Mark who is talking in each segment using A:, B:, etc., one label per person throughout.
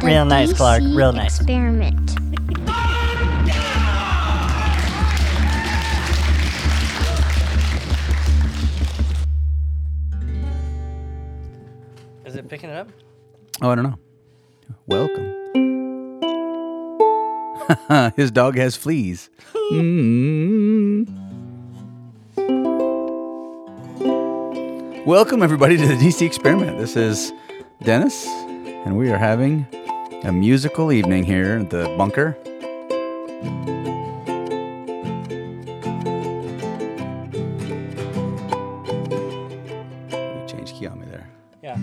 A: the
B: Real nice,
A: DC
B: Clark, real nice.
A: experiment.
B: Is it picking it up?
C: Oh, I don't know. Welcome. His dog has fleas. Mm. Welcome, everybody, to the DC Experiment. This is Dennis, and we are having a musical evening here at the bunker. Change key on me there.
B: Yeah.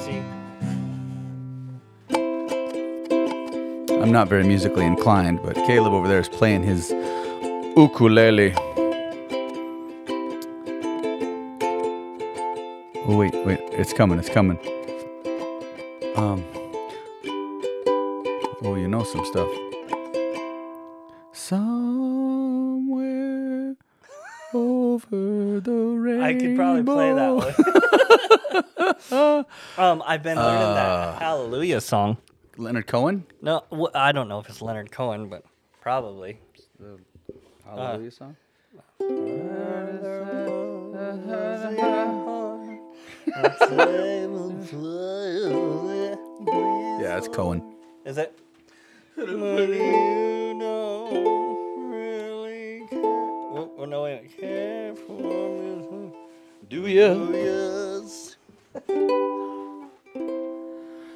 B: See.
C: I'm not very musically inclined, but Caleb over there is playing his ukulele. Oh wait, wait, it's coming, it's coming. Um Oh, you know some stuff. Somewhere over the rainbow.
B: I could probably play that one. um, I've been learning that Hallelujah song.
C: Leonard Cohen?
B: No, wh- I don't know if it's Leonard Cohen, but probably.
C: Hallelujah song? Yeah, it's Cohen.
B: Is it? You don't really care. Oh, oh, no, wait. Care for me.
C: Do you?
B: Yes.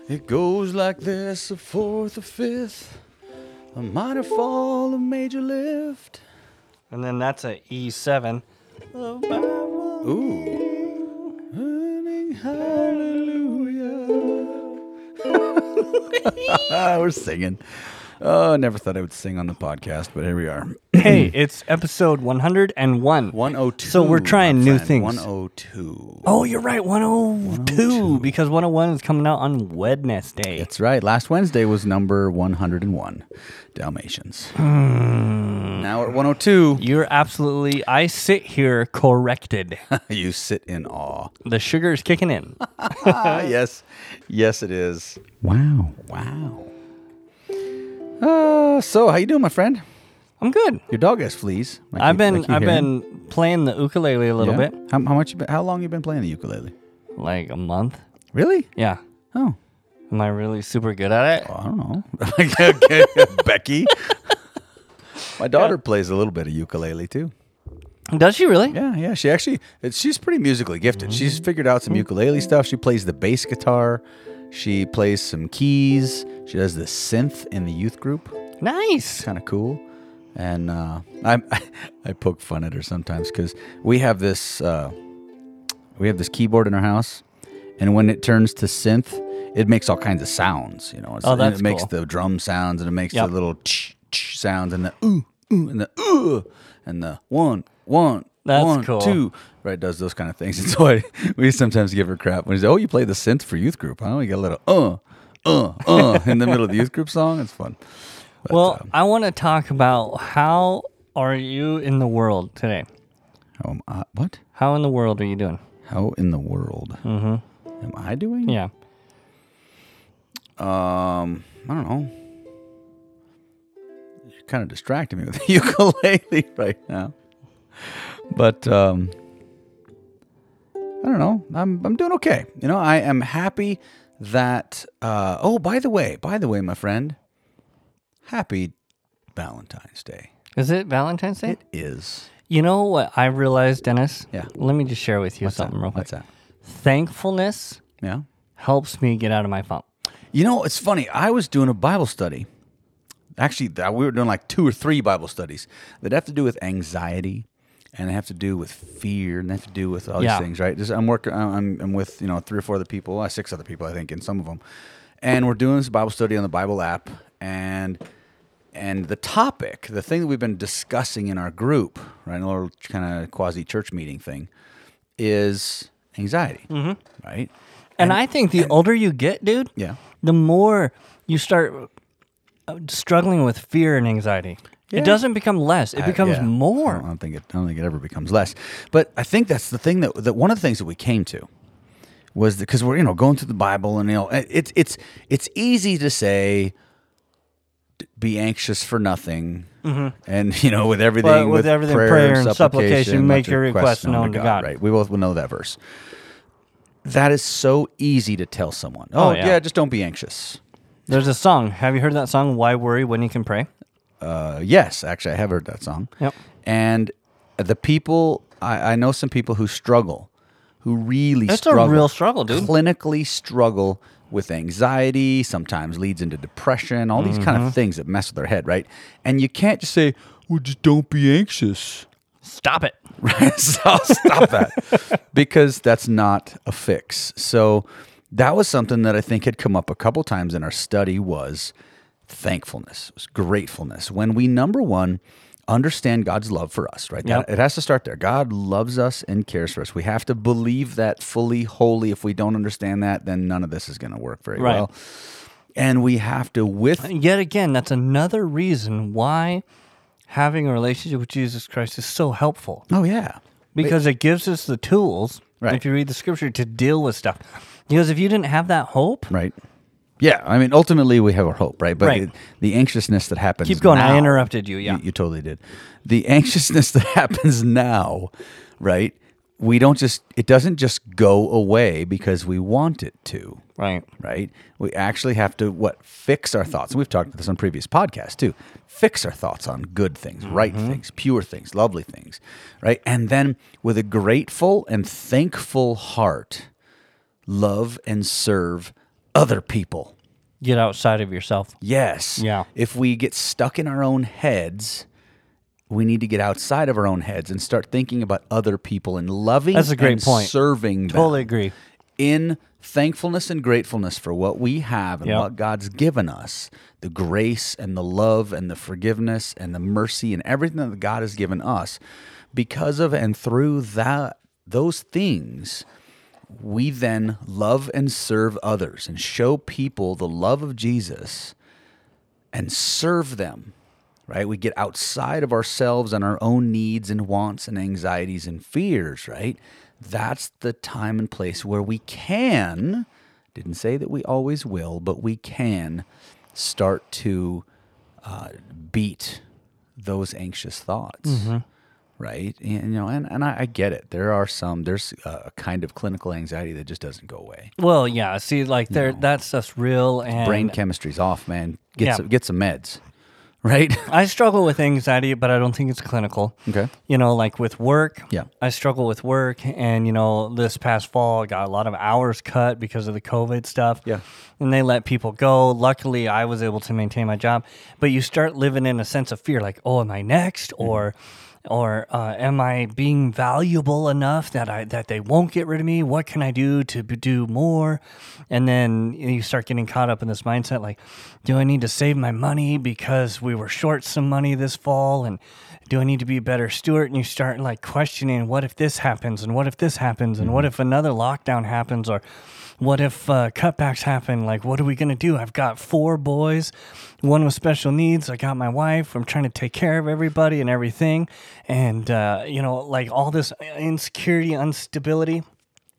C: It goes like this a fourth, a fifth, a minor fall, a major lift.
B: And then that's a E E7.
C: Ooh. Running hallelujah. We're singing. Oh, I never thought I would sing on the podcast, but here we are.
B: hey, it's episode 101.
C: 102.
B: So we're trying
C: my
B: new
C: friend.
B: things.
C: 102.
B: Oh, you're right, 102, because 101 is coming out on Wednesday.
C: That's right. Last Wednesday was number 101, Dalmatians.
B: Hmm.
C: Now we're at 102.
B: You're absolutely, I sit here corrected.
C: you sit in awe.
B: the sugar is kicking in.
C: Ah, yes. Yes, it is. Wow. Wow. Uh, so how you doing, my friend?
B: I'm good.
C: Your dog has fleas. like
B: I've
C: you-
B: been,
C: like you
B: I've
C: hear.
B: been playing the ukulele a little
C: Yeah?
B: bit,
C: How, how much? You been, how long you been playing the ukulele?
B: like a month.
C: Really?
B: Yeah.
C: Oh,
B: Am I really super good at it?
C: I don't know. Okay, Becky. My daughter plays a little bit of ukulele too.
B: Does she really?
C: Yeah, yeah. She actually, it- she's pretty musically gifted. She's figured out some ukulele stuff. She plays the bass guitar. She plays some keys. She does the synth in the youth group.
B: Nice.
C: kind of cool. And uh, I, I poke fun at her sometimes because we have this uh, we have this keyboard in our house, and when it turns to synth, it makes all kinds of sounds. You know, It's-
B: Oh,
C: and
B: that's
C: it makes
B: cool.
C: the drum sounds and it makes
B: Yep.
C: the little ch ch sounds and the ooh ooh and the ooh and the one one.
B: That's
C: one,
B: cool.
C: two, right? it Does those kind of things, and so I, we sometimes give her crap when she's oh, you play the synth for youth group, huh? We get a little uh, uh, uh in the middle of the youth group song. It's fun. But, uh,
B: Well, I want to talk about how are you in the world today?
C: How am I? Oh, uh, What?
B: How in the world are you doing?
C: How in the world am I doing?
B: Yeah.
C: Um, I don't know. You're kind of distracting me with the ukulele right now. But um, I don't know. I'm I'm doing okay. You know, I am happy that. Uh, oh, by the way, by the way, my friend, happy Valentine's Day
B: Is it Valentine's Day?
C: is.
B: You know what I realized, Dennis?
C: Yeah.
B: Let me just share with you something real quick.
C: What's that?
B: Thankfulness
C: Yeah.
B: helps me get out of my funk.
C: You know, it's funny. I was doing a Bible study. Actually, th- we were doing like two or three Bible studies that have to do with anxiety, and they have to do with fear, and they have to do with all
B: Yeah.
C: these things, right? Just, I'm working. I'm, I'm- I'm with you know three or four other people, uh, six other people, I think, in some of them, and we're doing this Bible study on the Bible app, and and the topic, the thing that we've been discussing in our group, right, in a little kind of quasi church meeting thing, is anxiety, right?
B: And, I think the older you get, dude,
C: Yeah.
B: the more you start uh, struggling with fear and anxiety.
C: Yeah.
B: It doesn't become less, it
C: I-
B: becomes
C: yeah. Uh-huh. I
B: more.
C: don't, I don't think it. I don't think it ever becomes less. But I think that's the thing that that one of the things that we came to was because we're you know going through the Bible and you know it- it's it's it's easy to say d- be anxious for nothing and you know with everything
B: But Mm-hmm. with everything, prayer and supplication, make
C: let
B: your requests known to God.
C: right we both know that verse that is so easy to tell someone oh,
B: Oh, yeah.
C: yeah. just don't be anxious
B: There's a song. Have you heard that song? Why worry when you can pray?
C: uh, yes actually I have heard that song
B: Yep.
C: and the people I, I know some people who struggle who really
B: It's a
C: struggle
B: real struggle, dude.
C: clinically struggle with anxiety sometimes leads into depression all these
B: Mm-hmm.
C: kind of things that mess with their head right and you can't just say well just don't be anxious
B: Stop it.
C: right so stop that because that's not a fix so that was something that i think had come up a couple times in our study was thankfulness was gratefulness when we number one understand god's love for us right
B: Yep.
C: that, it has to start there god loves us and cares for us we have to believe that fully wholly if we don't understand that then none of this is going to work very
B: Right.
C: well and we have to with
B: Yet again, that's another reason why having a relationship with Jesus Christ is so helpful.
C: oh yeah
B: because it gives us the tools
C: Right.
B: if you read the scripture to deal with stuff because if you didn't have that hope
C: Right. Yeah, I mean, ultimately we have our hope, right? But
B: Right.
C: The, the anxiousness that happens.
B: keep going i
C: now-
B: interrupted you yeah
C: You, you totally did. The anxiousness that happens now, right? We don't just. It doesn't just go away because we want it to,
B: right
C: right? We actually have to what fix our thoughts. And we've talked about this on previous podcasts too. Fix our thoughts on good things, right
B: Mm-hmm.
C: things, pure things, lovely things, right? And then with a grateful and thankful heart, love and serve other people.
B: get outside of yourself
C: Yes.
B: Yeah.
C: If we get stuck in our own heads, we need to get outside of our own heads and start thinking about other people and loving
B: That's a great
C: and
B: point.
C: serving them
B: totally agree
C: in thankfulness and gratefulness for what we have and
B: Yep.
C: what God's given us the grace and the love and the forgiveness and the mercy and everything that God has given us because of and through that those things we then love and serve others and show people the love of Jesus and serve them right we get outside of ourselves and our own needs and wants and anxieties and fears right that's the time and place where we can didn't say that we always will but we can start to uh, beat those anxious thoughts
B: Mm-hmm.
C: right and you know and, and I, I get it there are some there's a kind of clinical anxiety that just doesn't go away
B: well yeah see like there that stuff's real and
C: brain chemistry's off man get
B: Yeah.
C: some get some meds right
B: i struggle with anxiety but i don't think it's clinical
C: Okay.
B: you know like with work
C: Yeah.
B: i struggle with work and you know this past fall i got a lot of hours cut because of the covid stuff
C: Yeah.
B: and they let people go luckily i was able to maintain my job but you start living in a sense of fear like oh am i next or or uh, am i being valuable enough that i that they won't get rid of me what can i do to b- do more and then you start getting caught up in this mindset like do i need to save my money because we were short some money this fall and do I need to be a better steward? And you start like questioning what if this happens and what if this happens and what if another lockdown happens or what if uh, cutbacks happen? Like, what are we going to do? I've got four boys, one with special needs. I got my wife. I'm trying to take care of everybody and everything. And, uh, you know, like all this uh, insecurity, instability.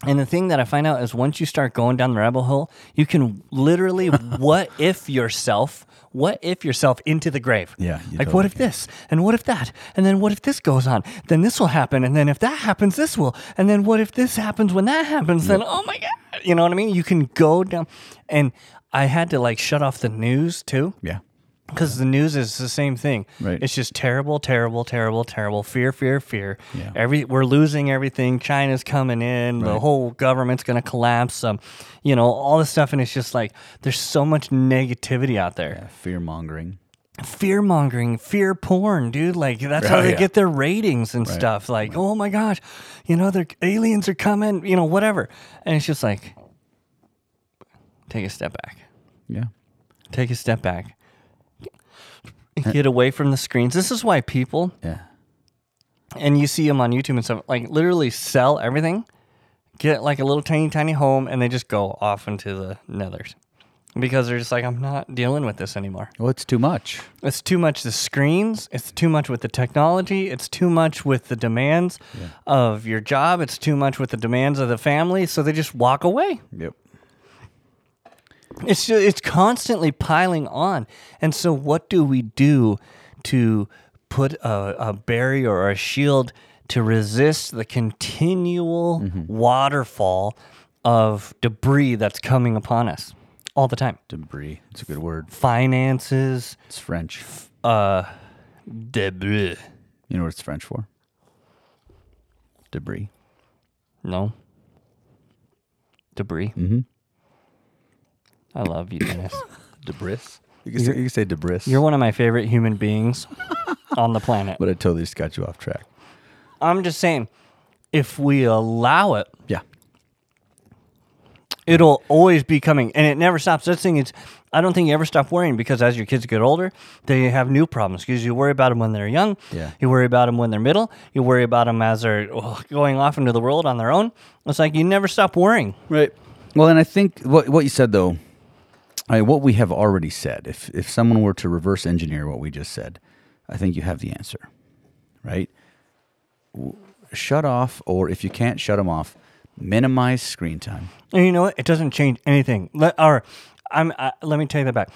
B: And the thing that I find out is once you start going down the rabbit hole, you can literally what if yourself, what if yourself into the grave.
C: Yeah, you
B: Like,
C: totally
B: what if this? And what if that? And then what if this goes on? Then this will happen. And then if that happens, this will. And then what if this happens when that happens? Then, oh my God. You know what I mean? You can go down. And I had to like shut off the news too.
C: yeah
B: Because the news is the same thing.
C: Right.
B: It's just terrible, terrible, terrible, terrible. Fear, fear, fear.
C: Yeah.
B: Every we're losing everything. China's coming in. The
C: Right.
B: whole government's going to collapse. Um, you know all this stuff, and it's just like there's so much negativity out there.
C: fear mongering
B: Fear mongering, fear porn, dude. Like that's how
C: Oh,
B: they
C: yeah.
B: get their ratings and stuff. Like oh my gosh, you know the aliens are coming. You know whatever, and it's just like take a step back.
C: Yeah.
B: take a step back get away from the screens this is why people
C: Yeah.
B: and you see them on youtube and stuff like literally sell everything get like a little tiny tiny home and they just go off into the nethers because they're just like, I'm not dealing with this anymore.
C: Well, it's too much.
B: It's too much the screens. It's too much with the technology. It's too much with the demands of your job. It's too much with the demands of the family. So they just walk away.
C: Yep.
B: It's ju- it's constantly piling on. And so, what do we do to put a, a barrier or a shield to resist the continual waterfall of debris that's coming upon us all the time?
C: Debris. It's a good word.
B: Finances,
C: It's French.
B: debris.
C: You know what it's French for? Debris.
B: No. Debris. Mm-hmm. I love you, Dennis.
C: Debris. You can, say, you can say debris.
B: You're one of my favorite human beings on the planet.
C: but I totally just got you off track.
B: I'm just saying, if we allow it,
C: Yeah.
B: it'll always be coming and it never stops. That's the thing is, I don't think you ever stop worrying because as your kids get older, they have new problems because you worry about them when they're young.
C: Yeah.
B: You worry about them when they're middle. You worry about them as they're oh, going off into the world on their own. It's like you never stop worrying.
C: Right. Well, and I think what what you said though, I, what we have already said, if if someone were to reverse engineer what we just said, I think you have the answer, right? W- Shut off, or if you can't shut them off, minimize screen time.
B: And you know what? It doesn't change anything. Let or I'm uh, let me take that back.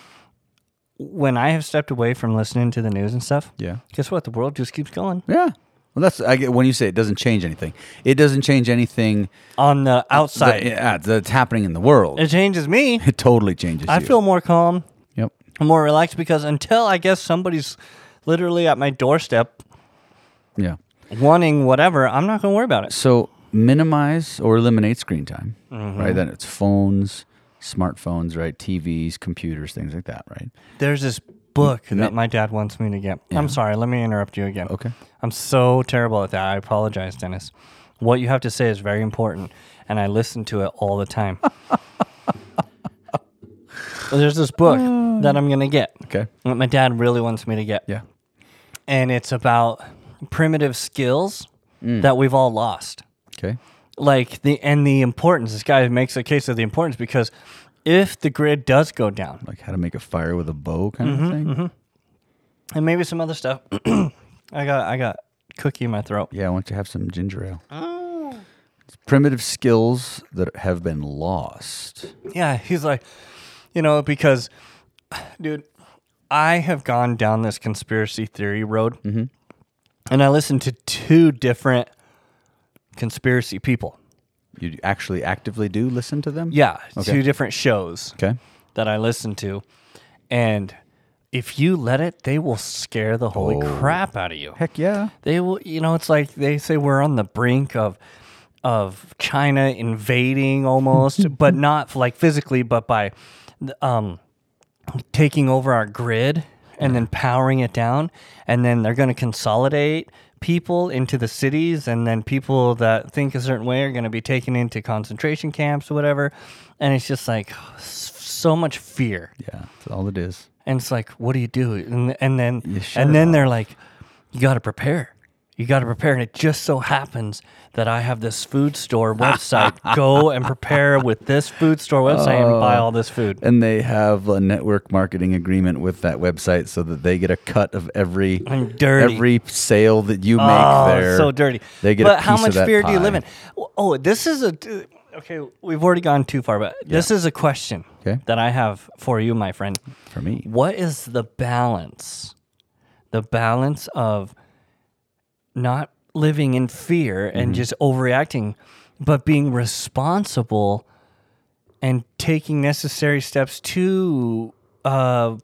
B: When I have stepped away from listening to the news and stuff,
C: Yeah.
B: guess what? The world just keeps going
C: Yeah. Well, that's I get when you say it doesn't change anything. It doesn't change anything
B: on the outside.
C: that- yeah, ah, that's happening in the world.
B: It changes me.
C: It totally changes.
B: I
C: you.
B: feel more calm,
C: Yep.
B: more relaxed because until I guess somebody's literally at my doorstep
C: Yeah.
B: wanting whatever, I'm not going to worry about it.
C: So minimize or eliminate screen time,
B: Mm-hmm.
C: right? Then it's phones, smartphones, right? TVs, computers, things like that, right?
B: There's this book that my dad wants me to get. I'm sorry, let me interrupt you again.
C: Okay.
B: I'm so terrible at that. I apologize, Dennis. What you have to say is very important, and I listen to it all the time. There's this book that I'm going to get.
C: Okay.
B: That my dad really wants me to get.
C: Oh. Yeah.
B: And it's about primitive skills
C: Mm.
B: that we've all lost
C: Okay.
B: like the and the importance. This guy makes a case of the importance because if the grid does go down,
C: Like how to make a fire with a bow, kind
B: Mm-hmm,
C: of thing.
B: and maybe some other stuff, I got I got cookie in my throat.
C: Yeah, I want you to have some ginger ale. It's primitive skills that have been lost.
B: Yeah, he's like, you know, because, dude, I have gone down this conspiracy theory road,
C: Mm-hmm.
B: and I listened to two different conspiracy people.
C: You actually actively do listen to them.
B: Yeah,
C: Okay.
B: two different shows
C: Okay.
B: that I listen to, and. If you let it, they will scare the holy
C: Oh.
B: crap out of you.
C: Heck yeah.
B: they will you know it's like they say we're on the brink of of china invading almost but not like physically but by um taking over our grid and then powering it down and then they're going to consolidate people into the cities and then people that think a certain way are going to be taken into concentration camps or whatever and it's just like so much fear
C: Yeah. That's all it is.
B: and it's like, what do you do? And, and then
C: shut
B: and then they're like, you got to prepare. You got to prepare. And it just so happens that I have this food store website. Go and prepare with this food store website and buy
C: Oh.
B: all this food.
C: And they have a network marketing agreement with that website so that they get a cut of every
B: I'm dirty.
C: every sale that you make
B: oh,
C: there.
B: it's so dirty.
C: They get a
B: but how
C: piece of
B: much
C: that
B: fear do you live
C: pie.
B: in? Oh, this is a. Okay, we've already gone too far, but this is a question
C: Okay.
B: that I have for you, my friend.
C: For me.
B: what is the balance the balance of not living in fear and just overreacting but being responsible and taking necessary steps to uh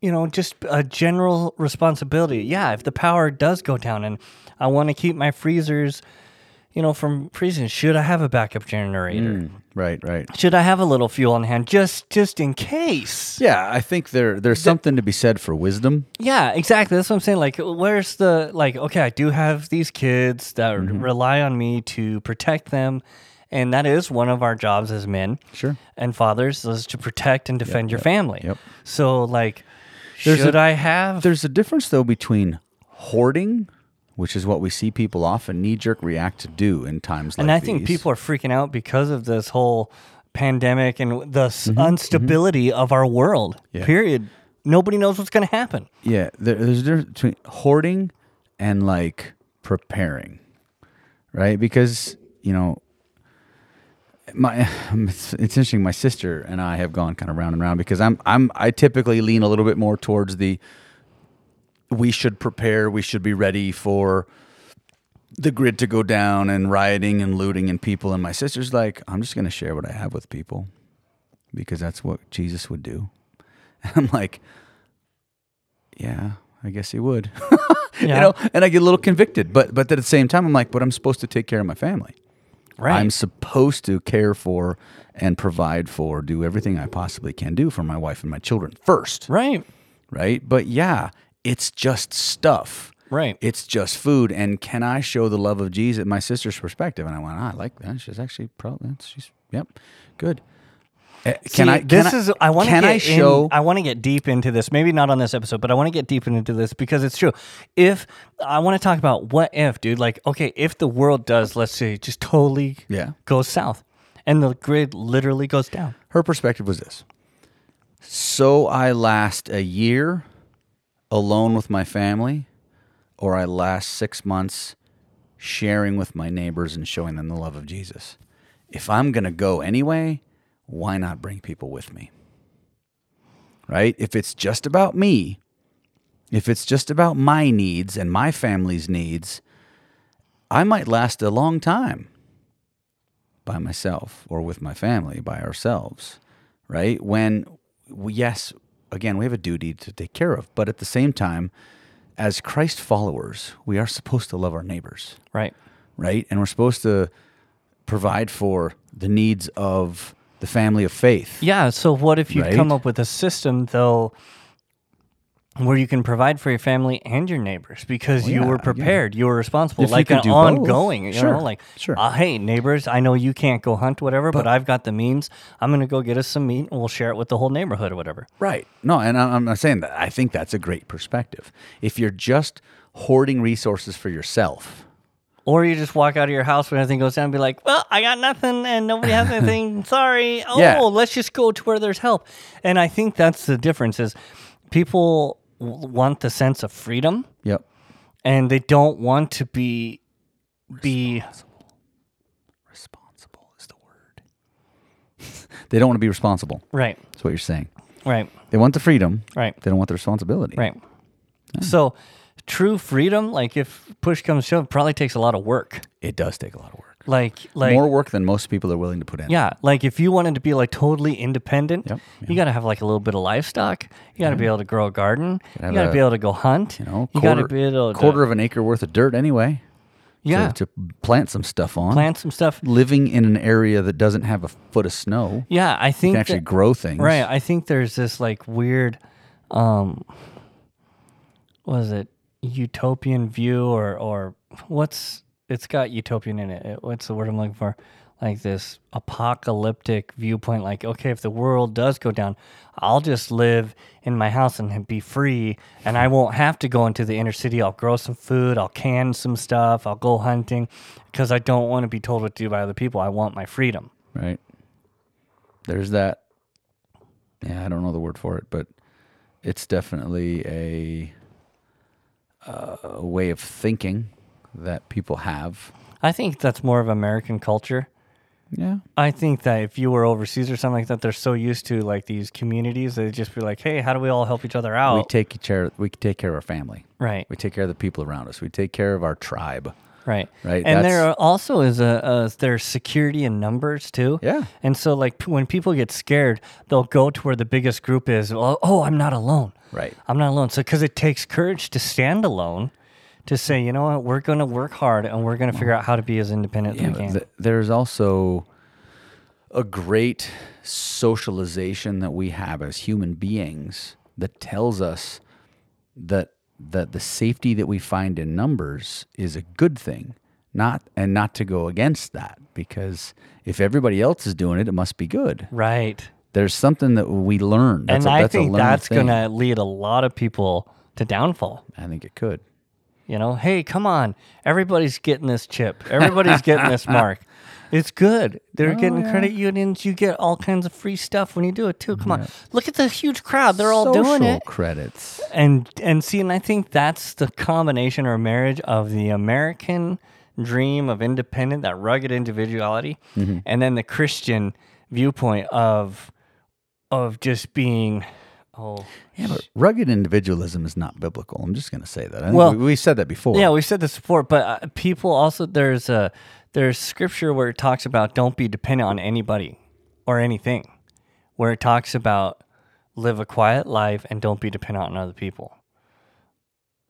B: you know just a general responsibility yeah if the power does go down and i want to keep my freezers you know from freezing should i have a backup generator
C: Mm. Right, right.
B: should i have a little fuel on hand just just in case
C: Yeah, I think there there's something to be said for wisdom.
B: Yeah, exactly. That's what I'm saying. Like, where's the like? Okay, I do have these kids that
C: Mm-hmm.
B: rely on me to protect them, and that is one of our jobs as men
C: Sure.
B: and fathers is to protect and defend your family.
C: yep.
B: So, like,
C: There's
B: should
C: a-
B: I have?
C: There's a difference though between hoarding, which is what we see people often knee jerk react to do in times like
B: and I think
C: these.
B: people are freaking out because of this whole pandemic and the s instability of our world.
C: Mm-hmm, Yeah.
B: Period. Nobody knows what's going to happen.
C: Yeah, there, there's a difference between hoarding and like preparing, right? Because you know, my it's, it's interesting. My sister and I have gone kind of round and round because I'm I'm I typically lean a little bit more towards the we should prepare, we should be ready for the grid to go down and rioting and looting and people. And my sister's like, I'm just going to share what I have with people because that's what Jesus would do. And I'm like, yeah, I guess he would. you
B: Yeah.
C: know, and I get a little convicted, but but at the same time, I'm like, but I'm supposed to take care of my family.
B: Right.
C: I'm supposed to care for and provide for, do everything I possibly can do for my wife and my children first
B: right.
C: right? But yeah, it's just stuff.
B: Right.
C: It's just food. And can I show the love of Jesus? My sister's perspective. And I went, "Ah, I like that. She's actually probably, that's- she's, yep, good. Eh, can
B: See,
C: I, can
B: this is I want to
C: can
B: get
C: I show,
B: in, I want to get deep into this. Maybe not on this episode, but I want to get deep into this because it's true. If I want to talk about what if, dude, like okay, if the world does, let's say, just totally
C: Yeah.
B: goes south, and the grid literally goes down.
C: her perspective was this. So I last a year alone with my family, or I last six months sharing with my neighbors and showing them the love of Jesus. If I'm going to go anyway, why not bring people with me? Right? If it's just about me, if it's just about my needs and my family's needs, I might last a long time by myself or with my family by ourselves, right? When, we, yes, again, we have a duty to take care of, but at the same time, as Christ followers, we are supposed to love our neighbors,
B: Right.
C: right? And we're supposed to provide for the needs of the family of faith.
B: Yeah. So what if you
C: Right.
B: come up with a system though? Where you can provide for your family and your neighbors because you
C: yeah,
B: were
C: yeah.
B: prepared, you were responsible,
C: If you
B: like
C: could
B: an
C: do both,
B: ongoing. You
C: sure,
B: know, like,
C: sure.
B: uh, hey neighbors, I know you can't go hunt whatever, but, I've got the means. I'm gonna go get us some meat and we'll share it with the whole neighborhood or whatever.
C: Right. No, and I- I'm not saying that. I think that's a great perspective. If you're just hoarding resources for yourself,
B: Or you just walk out of your house when everything goes down and be like, well, I got nothing and nobody has anything. Sorry. Oh,
C: Yeah.
B: let's just go to where there's help. And I think that's the difference is people w- want the sense of freedom.
C: yep,
B: and they don't want to be be
C: responsible is the word. they don't want to be responsible.
B: right
C: That's what you're saying.
B: right
C: They want the freedom.
B: right
C: They don't want the responsibility.
B: right so true freedom like if push comes to shove probably takes a lot of work
C: It does take a lot of work.
B: like like
C: More work than most people are willing to put in.
B: yeah like if you wanted to be like totally independent
C: Yep,
B: you got to have like a little bit of livestock you got to be able to grow a garden you
C: have
B: got to
C: a-
B: be able to go hunt you
C: You know,
B: got to be able to
C: quarter of an acre worth of dirt anyway. to-
B: yeah
C: To, plant some stuff on.
B: plant some stuff
C: Living in an area that doesn't have a foot of snow.
B: yeah i
C: You
B: think
C: can actually
B: that-
C: grow things.
B: Right. I think there's this like weird, um, was it utopian view or or what's it's got utopian in it. It- What's the word I'm looking for? Like this apocalyptic viewpoint. Like, okay, if the world does go down, I'll just live in my house and be free, and I won't have to go into the inner city. I'll grow some food. I'll can some stuff. I'll go hunting because I don't want to be told what to do by other people. I want my freedom.
C: Right. There's that. Yeah, I don't know the word for it, but it's definitely a, uh, a way of thinking that people have.
B: I think that's more of American culture.
C: Yeah.
B: I think that if you were overseas or something like that, they're so used to like these communities, they'd just be like, "Hey, how do we all help each other out?"
C: We take care. We take care of our family.
B: Oh. right,
C: We take care of the people around us. We take care of our tribe.
B: right,
C: Right,
B: And there are
C: that's-
B: also is a, a there's security in numbers too.
C: Yeah.
B: And so like p- when people get scared, they'll go to where the biggest group is. Oh, oh I'm not alone.
C: Right.
B: I'm not alone. So because it takes courage to stand alone, to say, you know what, we're going to work hard and we're going to figure out how to be as independent as we can.
C: Th- there's also a great socialization that we have as human beings that tells us that that the safety that we find in numbers is a good thing, not and not to go against that because if everybody else is doing it, it must be good.
B: right.
C: There's something that we learn. That's
B: and
C: I
B: I think
C: learned
B: that's
C: thing.
B: going to lead a lot of people to downfall.
C: I think it could.
B: You know, hey, come on. Everybody's getting this chip. Everybody's getting this mark. It's good. They're
C: Oh,
B: getting
C: yeah.
B: credit unions. You get all kinds of free stuff when you do it too. Come on, look at the huge crowd. They're all doing
C: Social
B: it.
C: credits.
B: And and see, and I think that's the combination or marriage of the American dream of independent, that rugged individuality,
C: Mm-hmm.
B: and then the Christian viewpoint of of just being oh
C: Yeah, but rugged individualism is not biblical. I'm just going to say that. I think
B: Well-
C: we, we said that before.
B: Yeah, we've said this before, but uh, people also there's a there's scripture where it talks about don't be dependent on anybody or anything, where it talks about live a quiet life and don't be dependent on other people.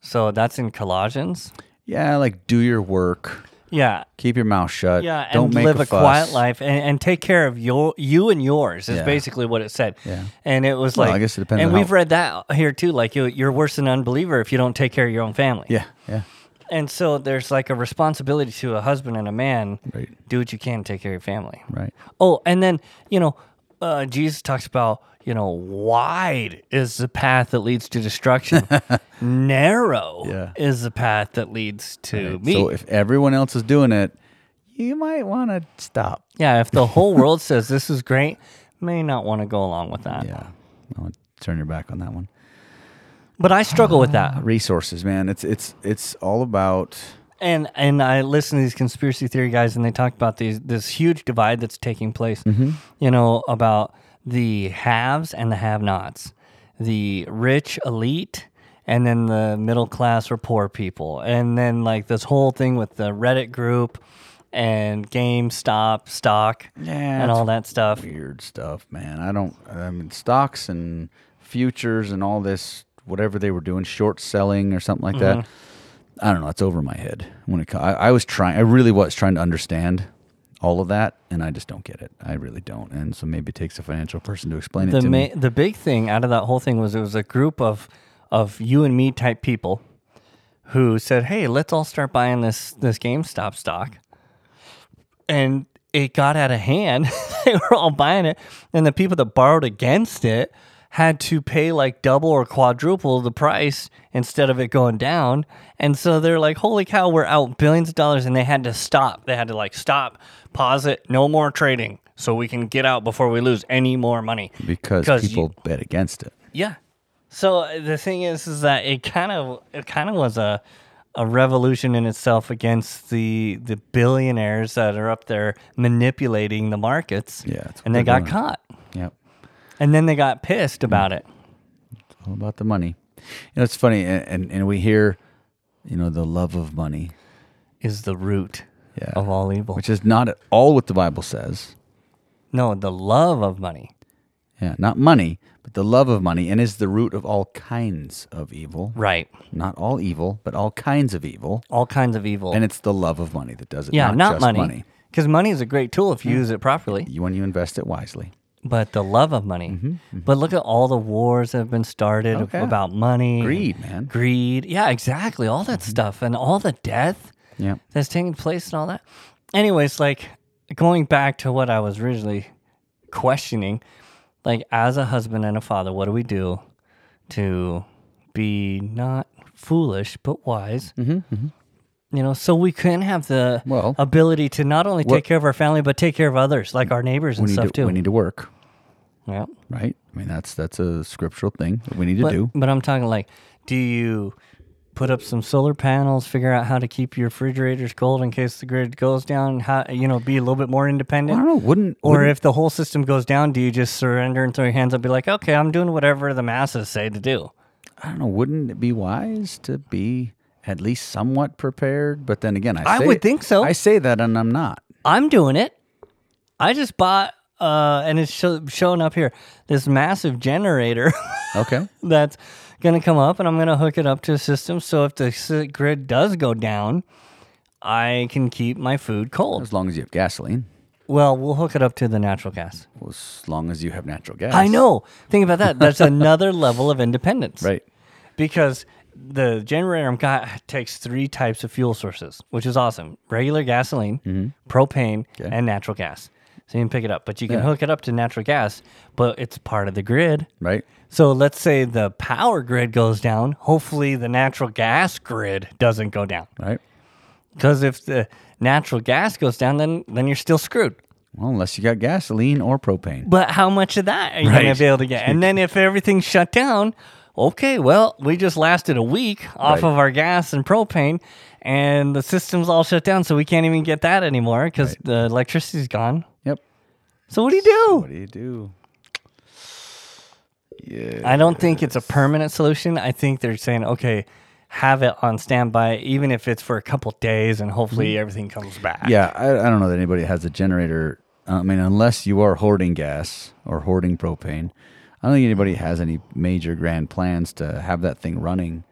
B: So that's in Colossians.
C: yeah, like do your work,
B: Yeah,
C: keep your mouth shut.
B: yeah,
C: don't
B: and
C: make
B: live
C: a,
B: a,
C: fuss.
B: quiet life and, and take care of your you and yours is
C: Yeah.
B: basically what it said.
C: Yeah.
B: and it was
C: Well,
B: like
C: I guess it depends
B: And
C: on how-
B: we've read that here too. Like you, you're worse than an unbeliever if you don't take care of your own family.
C: Yeah, yeah,
B: And so there's like a responsibility to a husband and a man.
C: Right.
B: Do what you can to take care of your family.
C: right.
B: Oh, and then, you know, uh, Jesus talks about, you know, wide is the path that leads to destruction, narrow
C: Yeah.
B: is the path that leads to me.
C: So if everyone else is doing it, you might want to stop.
B: yeah, if the whole world says this is great, may not want to go along with that.
C: Yeah, I want to turn your back on that one.
B: But I struggle with that.
C: Resources, man. It's it's it's all about.
B: and and I listen to these conspiracy theory guys, and they talk about these this huge divide that's taking place. You know about the haves and the have-nots, the rich elite, and then the middle class or poor people, and then like this whole thing with the Reddit group and GameStop stock
C: Yeah,
B: and all that stuff.
C: weird stuff, man. I don't. I mean, stocks and futures and all this, whatever they were doing, short selling or something like that.
B: Mm-hmm.
C: I don't know. It's over my head. When it, co- I, I was trying, I really was trying to understand all of that, and I just don't get it. I really don't. And so maybe it takes a financial person to explain it
B: The
C: to
B: ma-
C: me.
B: the big thing out of that whole thing was it was a group of of you and me type people who said, "Hey, let's all start buying this this GameStop stock," and it got out of hand. they were all buying it, and the people that borrowed against it had to pay like double or quadruple the price instead of it going down. And so they're like, "Holy cow, we're out billions of dollars!" And they had to stop. They had to like stop, pause it, no more trading, so we can get out before we lose any more money.
C: Because
B: 'Cause you-
C: people bet against it.
B: Yeah. So uh, the thing is, is that it kind of it kind of was a a revolution in itself against the the billionaires that are up there manipulating the markets.
C: Yeah, that's what
B: and they got
C: they're doing.
B: caught,
C: Yep.
B: and then they got pissed
C: Mm.
B: about it.
C: all about the money. You know, it's funny, and, and, and we hear, you know, the love of money,
B: Is the root
C: Yeah.
B: of all evil?
C: which is not at all what the Bible says.
B: no, the love of money.
C: Yeah, not money, but the love of money, and is the root of all kinds of evil.
B: Right.
C: Not all evil, but all kinds of evil.
B: All kinds of evil.
C: And it's the love of money that does it.
B: yeah,
C: not,
B: not,
C: just Mm.
B: money. Because money is a great tool if you use it properly.
C: You when you invest it wisely.
B: But the love of money.
C: Mm-hmm,
B: But look at all the wars that have been started ab-
C: yeah.
B: about money.
C: Greed, man. Mm-hmm.
B: Greed. Yeah, exactly. All that stuff and all the death
C: Yeah.
B: that's taking place and all that. Anyways, like going back to what I was originally questioning, like as a husband and a father, what do we do to be not foolish but wise? Mm-hmm, You know, so we can have the
C: Well-
B: ability to not only take care of our family but take care of others, like our neighbors and
C: We need
B: stuff
C: to
B: too.
C: we need to work,
B: yeah.
C: right? I mean that's that's a scriptural thing that we need to
B: But,
C: do.
B: but I'm talking like, do you put up some solar panels, figure out how to keep your refrigerators cold in case the grid goes down, how, you know, be a little bit more
C: I
B: independent?
C: don't know, wouldn't
B: or
C: wouldn't-
B: if the whole system goes down, do you just surrender and throw your hands up and be like, okay, I'm doing whatever the masses say to do?
C: I don't know, wouldn't it be wise to be at least somewhat prepared? But then again, I,
B: I
C: say-
B: would think so.
C: I say that and I'm not.
B: I'm doing it. I just bought, uh, and it's show, showing up here, this massive generator.
C: Okay.
B: that's going to come up and I'm going to hook it up to a system. So if the s- grid does go down, I can keep my food cold.
C: as long as you have gasoline,
B: Well, we'll hook it up to the natural gas.
C: well, as long as you have natural gas.
B: I know. Think about that. That's another level of independence.
C: Right.
B: Because the generator I'm got takes three types of fuel sources, which is awesome regular gasoline, propane, and natural gas. So you can pick it up, but you can
C: Mm-hmm. Yeah.
B: hook it up to natural gas, but it's part of the grid.
C: Right.
B: So let's say the power grid goes down. Hopefully, the natural gas grid doesn't go down.
C: Right.
B: Because if the natural gas goes down, then then you're still screwed.
C: Well, unless you got gasoline or propane.
B: But how much of that are you going
C: Right.
B: to be able to get? And then if everything's shut down, okay, well, we just lasted a week off
C: Right.
B: of our gas and propane, and the system's all shut down, so we can't even get that anymore because the electricity's gone.
C: Yep.
B: So what do you do?
C: What do you do? Yeah.
B: I don't think it's a permanent solution. I think they're saying, okay, have it on standby, even if it's for a couple days, and hopefully everything comes back.
C: Mm-hmm. Yeah, I, I don't know that anybody has a generator. I mean, unless you are hoarding gas or hoarding propane, I don't think anybody has any major grand plans to have that thing running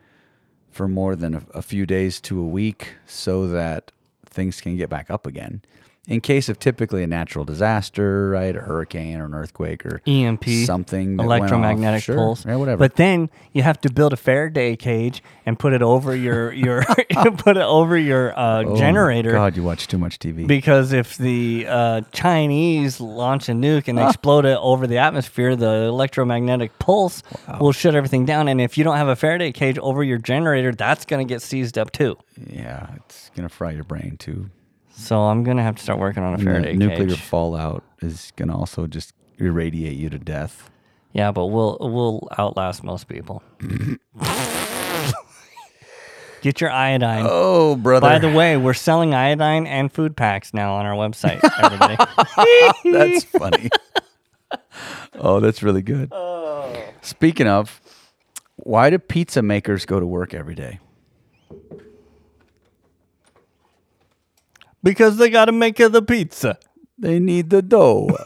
C: for more than a, a few days to a week so that things can get back up again. In case of typically a natural disaster, right, a hurricane or an earthquake or
B: EMP,
C: something, that went off,
B: E electromagnetic
C: sure,
B: pulse,
C: yeah, whatever.
B: But then you have to build a Faraday cage and put it over your your put it over your uh,
C: Oh,
B: generator.
C: God, you watch too much TV.
B: Because if the uh, Chinese launch a nuke
C: Ah.
B: and explode it over the atmosphere, the electromagnetic pulse will shut everything down. And if you don't have a Faraday cage over your generator, that's going to get seized up too.
C: yeah, it's gonna fry your brain too.
B: So I'm going to have to start working on a
C: And the
B: Faraday
C: nuclear
B: cage.
C: fallout is going to also just irradiate you to death.
B: Yeah, but we'll we'll outlast most people. Get your iodine.
C: Oh, brother.
B: By the way, we're selling iodine and food packs now on our website, everybody.
C: that's funny. oh, that's really good. Oh. Speaking of, why do pizza makers go to work every day?
B: because they got to make the pizza.
C: They need the dough.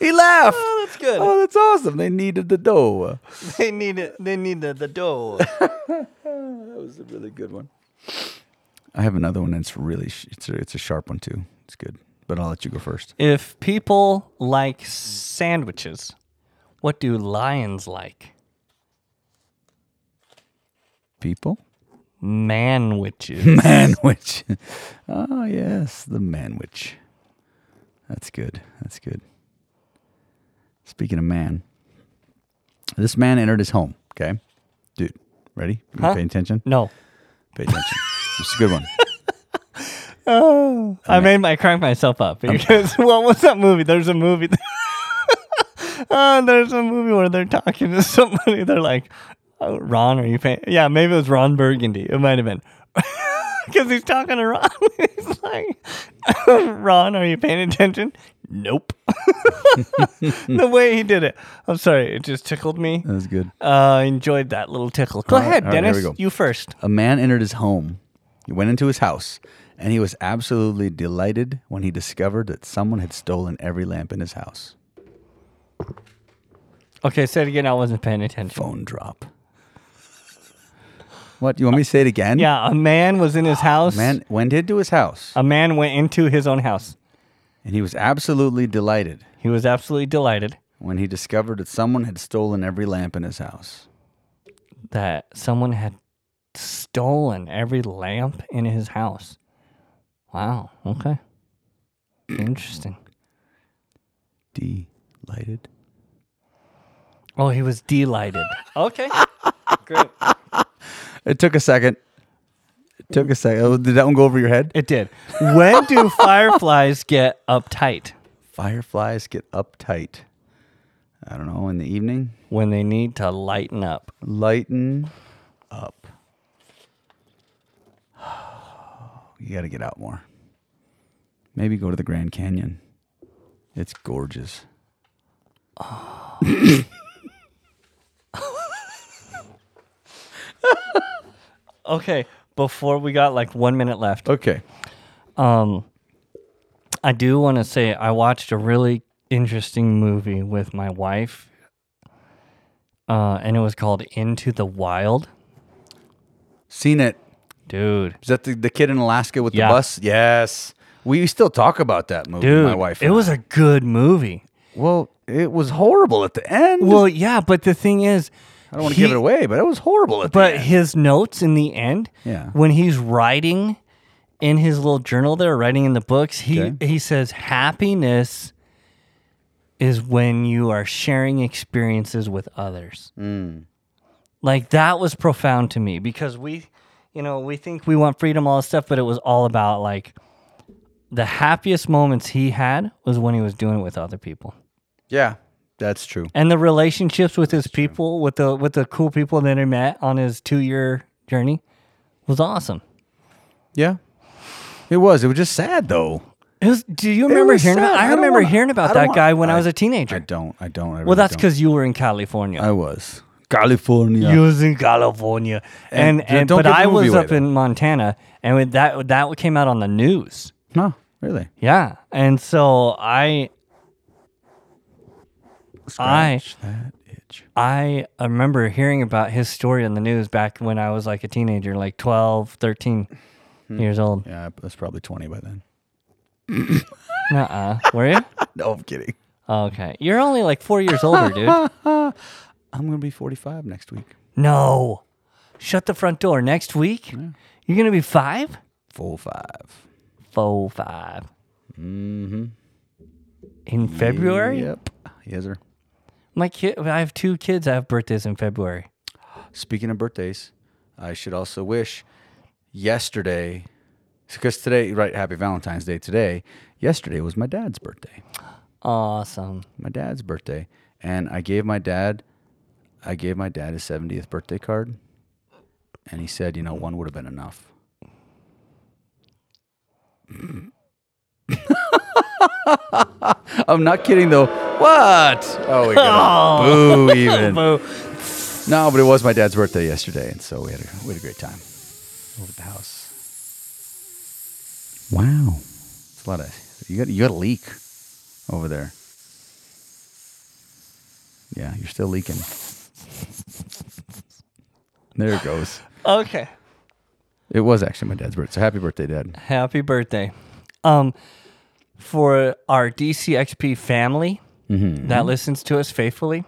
C: he laughed.
B: Oh, that's good.
C: Oh, that's awesome. They needed the dough.
B: They need it. They need the, the dough.
C: That was a really good one. I have another one that's really sh- it's a, it's a sharp one too. It's good. But I'll let you go first.
B: if people like sandwiches, what do lions like?
C: People
B: Manwiches.
C: Manwich. Oh, yes, the manwich. That's good. That's good. Speaking of man, this man entered his home. Okay. Dude, ready? You
B: Huh?
C: Pay attention.
B: no.
C: Pay attention. it's a good one.
B: I made my crack myself up because well, what's that movie? There's a movie. Uh, there's a movie where they're talking to somebody. They're like, oh, "Ron, are you paying?" Yeah, maybe it was Ron Burgundy. It might have been because he's talking to Ron. he's like, "Ron, are you paying attention?" Nope. the way he did it, I'm sorry, it just tickled me.
C: That was good.
B: Uh, I enjoyed that little tickle. Go
C: All right,
B: ahead,
C: all right, here we
B: Dennis.
C: go.
B: You first.
C: A man entered his home. He went into his house, and he was absolutely delighted when he discovered that someone had stolen every lamp in his house.
B: Okay, say it again. I wasn't paying attention.
C: Phone drop. What? You want me to say it again?
B: Yeah, a man was in his house.
C: Man went into his house.
B: A man went into his own house.
C: and he was absolutely delighted
B: He was absolutely delighted
C: when he discovered that someone had stolen every lamp in his house.
B: that someone had stolen every lamp in his house. Wow. Okay. Interesting.
C: Delighted?
B: Oh, he was delighted. Okay. Great.
C: It took a second. It took a second. Oh, did that one go over your head?
B: It did. When do fireflies get uptight?
C: Fireflies get uptight. I don't know, in the evening?
B: When they need to lighten up.
C: Lighten up. You got to get out more. Maybe go to the Grand Canyon. It's gorgeous.
B: Okay. Before we got like one minute left,
C: Okay.
B: I do want to say I watched a really interesting movie with my wife, uh, and it was called Into the Wild.
C: Seen it.
B: Dude,
C: Is that the, the kid in Alaska with
B: Yeah.
C: the bus? Yes. We still talk about that movie,
B: dude,
C: my wife.
B: it
C: and
B: was
C: I.
B: a good movie.
C: well, it was horrible at the end.
B: Well, yeah, but the thing is,
C: I don't want to give it away, but it was horrible at
B: But
C: the end.
B: his notes in the end,
C: Yeah.
B: when he's writing in his little journal there, writing in the books, he
C: Okay.
B: he says happiness is when you are sharing
C: Mm.
B: experiences with others. Like that was profound to me because we you know, we think we want freedom, all this stuff, but it was all about like the happiest moments he had was when he was doing it with other people.
C: Yeah, that's true.
B: And the relationships with his people, with the with the cool people that he met on his two year journey was awesome.
C: Yeah, it was. It was just sad though.
B: It was, do you remember
C: was
B: hearing
C: sad.
B: about
C: I
B: I
C: don't
B: remember
C: wanna-
B: hearing about
C: I don't
B: that
C: wanna-
B: guy when I,
C: I-
B: was a
C: I
B: teenager.
C: don't. I don't. I really
B: well, that's
C: don't.
B: because you were in California.
C: I was California.
B: He was in California,
C: And
B: and,
C: d-
B: and,
C: don't
B: but
C: give the
B: I
C: movie
B: was
C: away
B: up
C: then.
B: in Montana, and with that that came out on the news.
C: no, really.
B: Yeah, and so I I-
C: Scratch that itch.
B: I remember hearing about his story on the news back when I was like a teenager, like 12, 13
C: Hmm.
B: years old.
C: Yeah, I was probably twenty by then.
B: Nuh-uh. were you?
C: No, I'm kidding.
B: Okay, you're only like four years older, dude.
C: I'm gonna be 45 next week.
B: No, shut the front door. Next week, you're gonna be five.
C: Full five.
B: Four five. Mm-hmm. In February.
C: Yep. Yes, sir.
B: My kid, I have two kids that have birthdays in February.
C: Speaking of birthdays, I should also wish yesterday, because today, right? Happy Valentine's Day today. Yesterday was my dad's birthday.
B: Awesome.
C: My dad's birthday, and I gave my dad, I gave my dad his 70th birthday card, and he said, you know, one would have been enough. I'm not kidding though. What? Oh, we got a boo even. No, but it was my dad's birthday yesterday, and so we had a, we had a great time over at the house. Wow, it's a lot of you got you got a leak over there. Yeah, you're still leaking. There it goes.
B: Okay.
C: It was actually my dad's birthday. So happy birthday, Dad.
B: Happy birthday. Um, for our DCXP family
C: Mm-hmm.
B: that listens to us faithfully,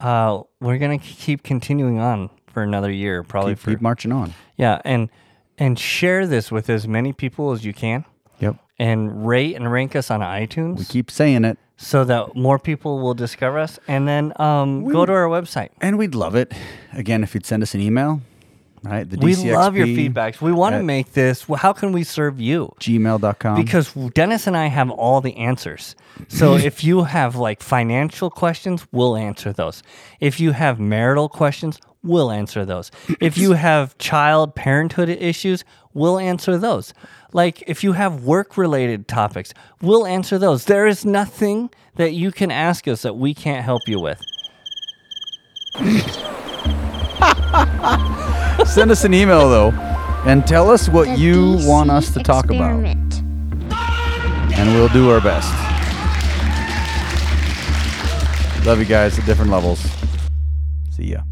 B: uh, we're gonna k- keep continuing on for another year, probably
C: Keep,
B: for
C: keep marching on.
B: yeah, and and share this with as many people as you can,
C: Yep.
B: and rate and rank us on iTunes.
C: We keep saying it.
B: so that more people will discover us and then um, go to our website
C: And we'd love it. Again, if you'd send us an email, right? The
B: we love your
C: DCXP,
B: feedbacks we want
C: at-
B: to make this well, how can we serve you
C: Gmail.com.
B: because dennis and i have all the answers so if you have like financial questions we'll answer those if you have marital questions we'll answer those if you have child parenthood issues we'll answer those like if you have work related topics we'll answer those there is nothing that you can ask us that we can't help you with
C: Send us an email though, and tell us what
A: the
C: you
A: DC
C: want us to talk about,
A: experiment.
C: and we'll do our best. Love you guys at different levels. See ya.